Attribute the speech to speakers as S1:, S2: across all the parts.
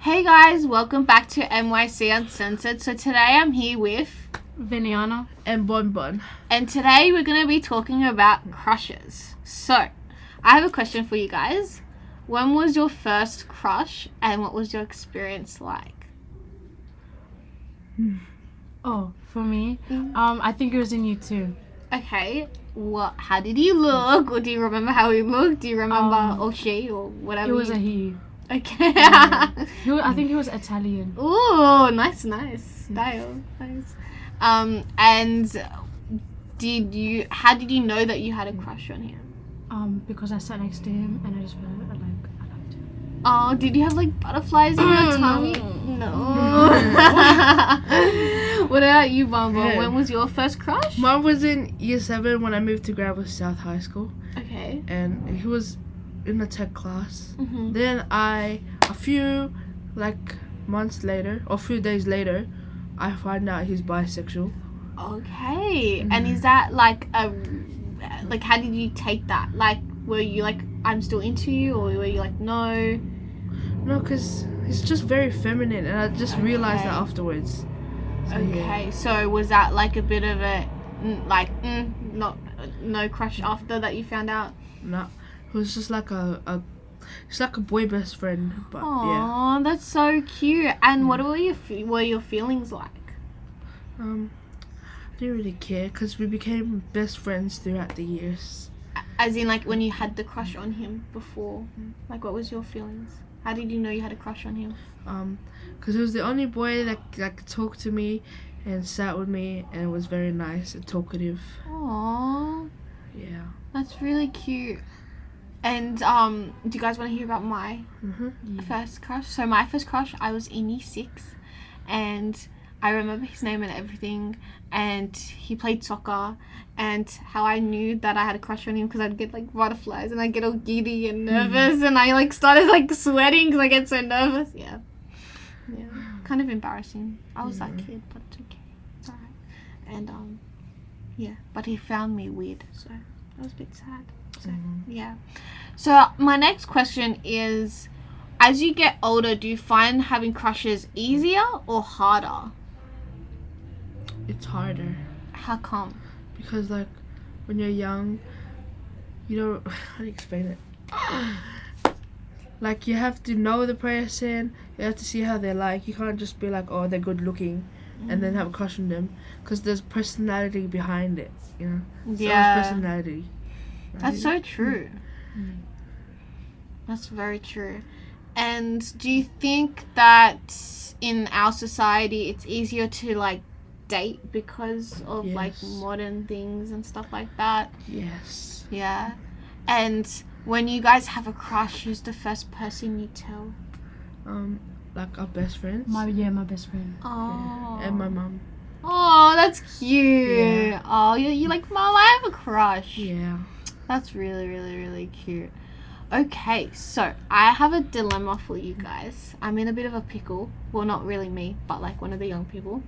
S1: Hey guys, welcome back to NYC Uncensored. So today I'm here with,
S2: Viniana.
S3: and Bon Bon.
S1: and today we're going to be talking about crushes. So, I have a question for you guys. When was your first crush and what was your experience like?
S2: Oh, for me,
S1: Mm.
S2: um, I think it was in year two.
S1: Okay, what? How did he look? Or do you remember how he looked? Do you remember
S2: Um,
S1: or she or whatever?
S3: Um,
S2: It was
S1: you-
S2: a he.
S1: okay.
S2: He, wa- I think he was Italian.
S1: Ooh, nice, nice style, nice. Um, and did you? How did you know that you had a crush on him?
S2: Um, because I sat next to him and I just felt like I liked him.
S1: Oh, did you have like butterflies in your tummy? No. what about you, Bumble?
S3: No.
S1: When was your first crush?
S3: Mine was in year seven when I moved to Gravel South High School,
S1: Okay.
S3: and he was in the tech class.
S1: hmm
S3: Then I, a few, like months later or a few days later, I find out he's bisexual.
S1: Okay.
S3: Mm-hmm.
S1: And is that like a like? How did you take that? Like, were you like, I'm still into you, or were you like, no?
S3: No, cause he's just very feminine, and I just realized that
S1: Okay.
S3: afterwards. So, yeah.
S1: Okay, so was that like a bit of a mm, like mm, not no crush after that you found out?
S3: No, it was just like a, a it's like a boy best friend, but yeah. Mm.
S1: Aw, that's so cute. And what were your fe- were your feelings like?
S3: Um, I didn't really care because we became best friends throughout the years.
S1: A- As in, like when you had the crush on him before, like what was your feelings? How did you know you had a crush on him?
S3: Um, because he was the only boy that like talked to me and sat with me and was very nice and talkative.
S1: Aw,
S3: Yeah.
S1: that's really cute. And um, do you guys want to hear about my
S3: Mm-hmm.
S1: first crush. So my first crush, I was in E six, and I remember his name and everything. And he played soccer, and how I knew that I had a crush on him because I'd get like butterflies and I get all giddy and nervous, and I like started like sweating because I get so nervous. Yeah, yeah, kind of embarrassing. I was that kid, but it's okay, it's alright. And um, yeah, but he found me weird, so I was a bit sad. So
S3: Mm-hmm.
S1: yeah. So my next question is as you get older, do you find having crushes easier or harder?
S3: It's harder
S1: How come?
S3: because like when you're young, you don't. How do you explain it? Like you have to know the person, you have to see how they're like. You can't just be like, oh, they're good looking, and then have a crush on them, because there's personality behind it. You know, It's always personality.
S1: that's so true.
S2: Mm.
S1: That's very true. And do you think that in our society it's easier to like date because of like
S3: Yes.
S1: modern things and stuff like that?
S3: Yes.
S1: Yeah. And when you guys have a crush, who's the first person you tell?
S3: Um, like our best friends.
S2: My yeah, my best friend.
S1: Oh.
S3: and my mum.
S1: Oh, that's cute.
S3: Yeah.
S1: Oh, you you like, Mom, I have a crush.
S3: Yeah.
S1: That's really, really, really cute. Okay, so I have a dilemma for you guys. I'm in a bit of a pickle. Well, not really me, but like one of the young people.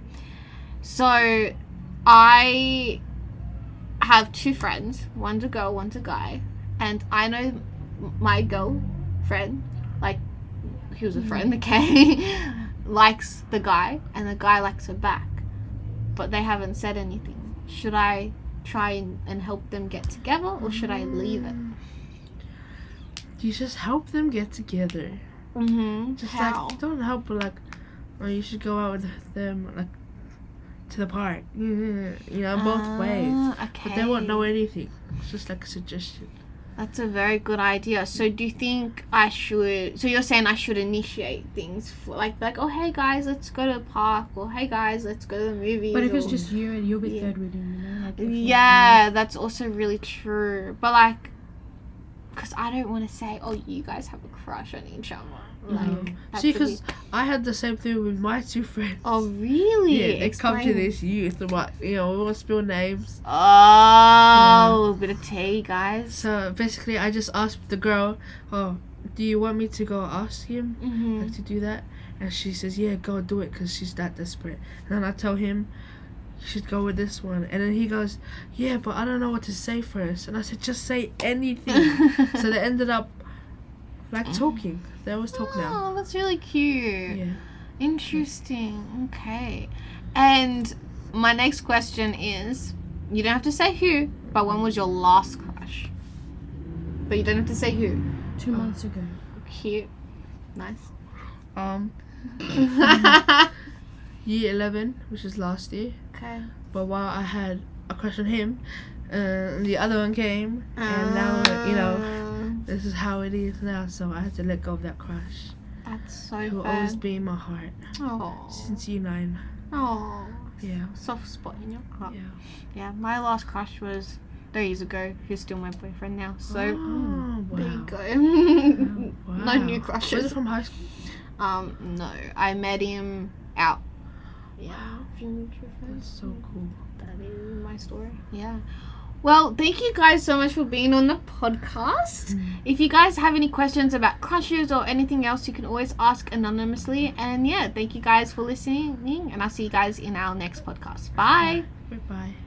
S1: So I have two friends. One's a girl, one's a guy. And I know m- my girl friend, like, he was a friend,
S3: Mm-hmm.
S1: okay, likes the guy, and the guy likes her back. But they haven't said anything. Should I try and, and help them get together, or should I leave
S3: Mm-hmm.
S1: it?
S3: You just help them get together.
S1: Mm-hmm.
S3: Just
S1: How?
S3: like don't help, but like, or you should go out with them like to the park. You know, both ways.
S1: Ah, Okay.
S3: But they won't know anything. It's just like a suggestion.
S1: That's a very good idea. So do you think I should? So you're saying I should initiate things for, like like oh hey guys let's go to the park or hey guys let's go to the movies.
S2: But if it's
S1: or-
S2: just you, and you'll be
S1: Yeah.
S2: third wheeling, you know? Like, if you-
S1: yeah, that's also really true. But like, because I don't want to say oh you guys have a crush on each other. Like
S3: Um,
S1: that's
S3: see,
S1: a
S3: because
S1: bit-
S3: I had the same thing with my two friends.
S1: oh really?
S3: yeah, they come to
S1: Explain.
S3: this youth and what you know, we won't spill names.
S1: Oh, bit of tea, guys.
S3: So basically, I just asked the girl, "Oh, do you want me to go ask him?"
S1: hmm
S3: like to do that and she says yeah go do it because she's that desperate and then i tell him you should go with this one and then he goes yeah but i don't know what to say first and i said just say anything so they ended up Like talking. They always talk now.
S1: Oh, that's really cute.
S3: Yeah.
S1: Interesting. Okay. And my next question is you don't have to say who, but when was your last crush? But you don't have to say who.
S2: Two months ago.
S1: Cute. Nice.
S3: Um, year 11, which is last year.
S1: okay.
S3: But while I had a crush on him, uh, the other one came, and now you know
S1: Um,
S3: this is how it is now. So I had to let go of that crush,
S1: That's so
S3: who will
S1: fair.
S3: always be in my heart
S1: Oh.
S3: since year nine.
S1: Oh.
S3: Yeah,
S1: Soft spot in your heart.
S3: yeah.
S1: Yeah, my last crush was three years ago. He's still my boyfriend now. So
S3: oh, wow.
S1: there you go.
S3: Oh, wow.
S1: No new
S3: Was it
S1: crushes.
S3: from high school?
S1: Um, no, I met him out. Yeah,
S3: That's so cool.
S1: that is my story. Yeah. Well, thank you guys so much for being on the podcast. If you guys have any questions about crushes or anything else, you can always ask anonymously. And yeah, thank you guys for listening, and I'll see you guys in our next podcast. Bye.
S3: Goodbye.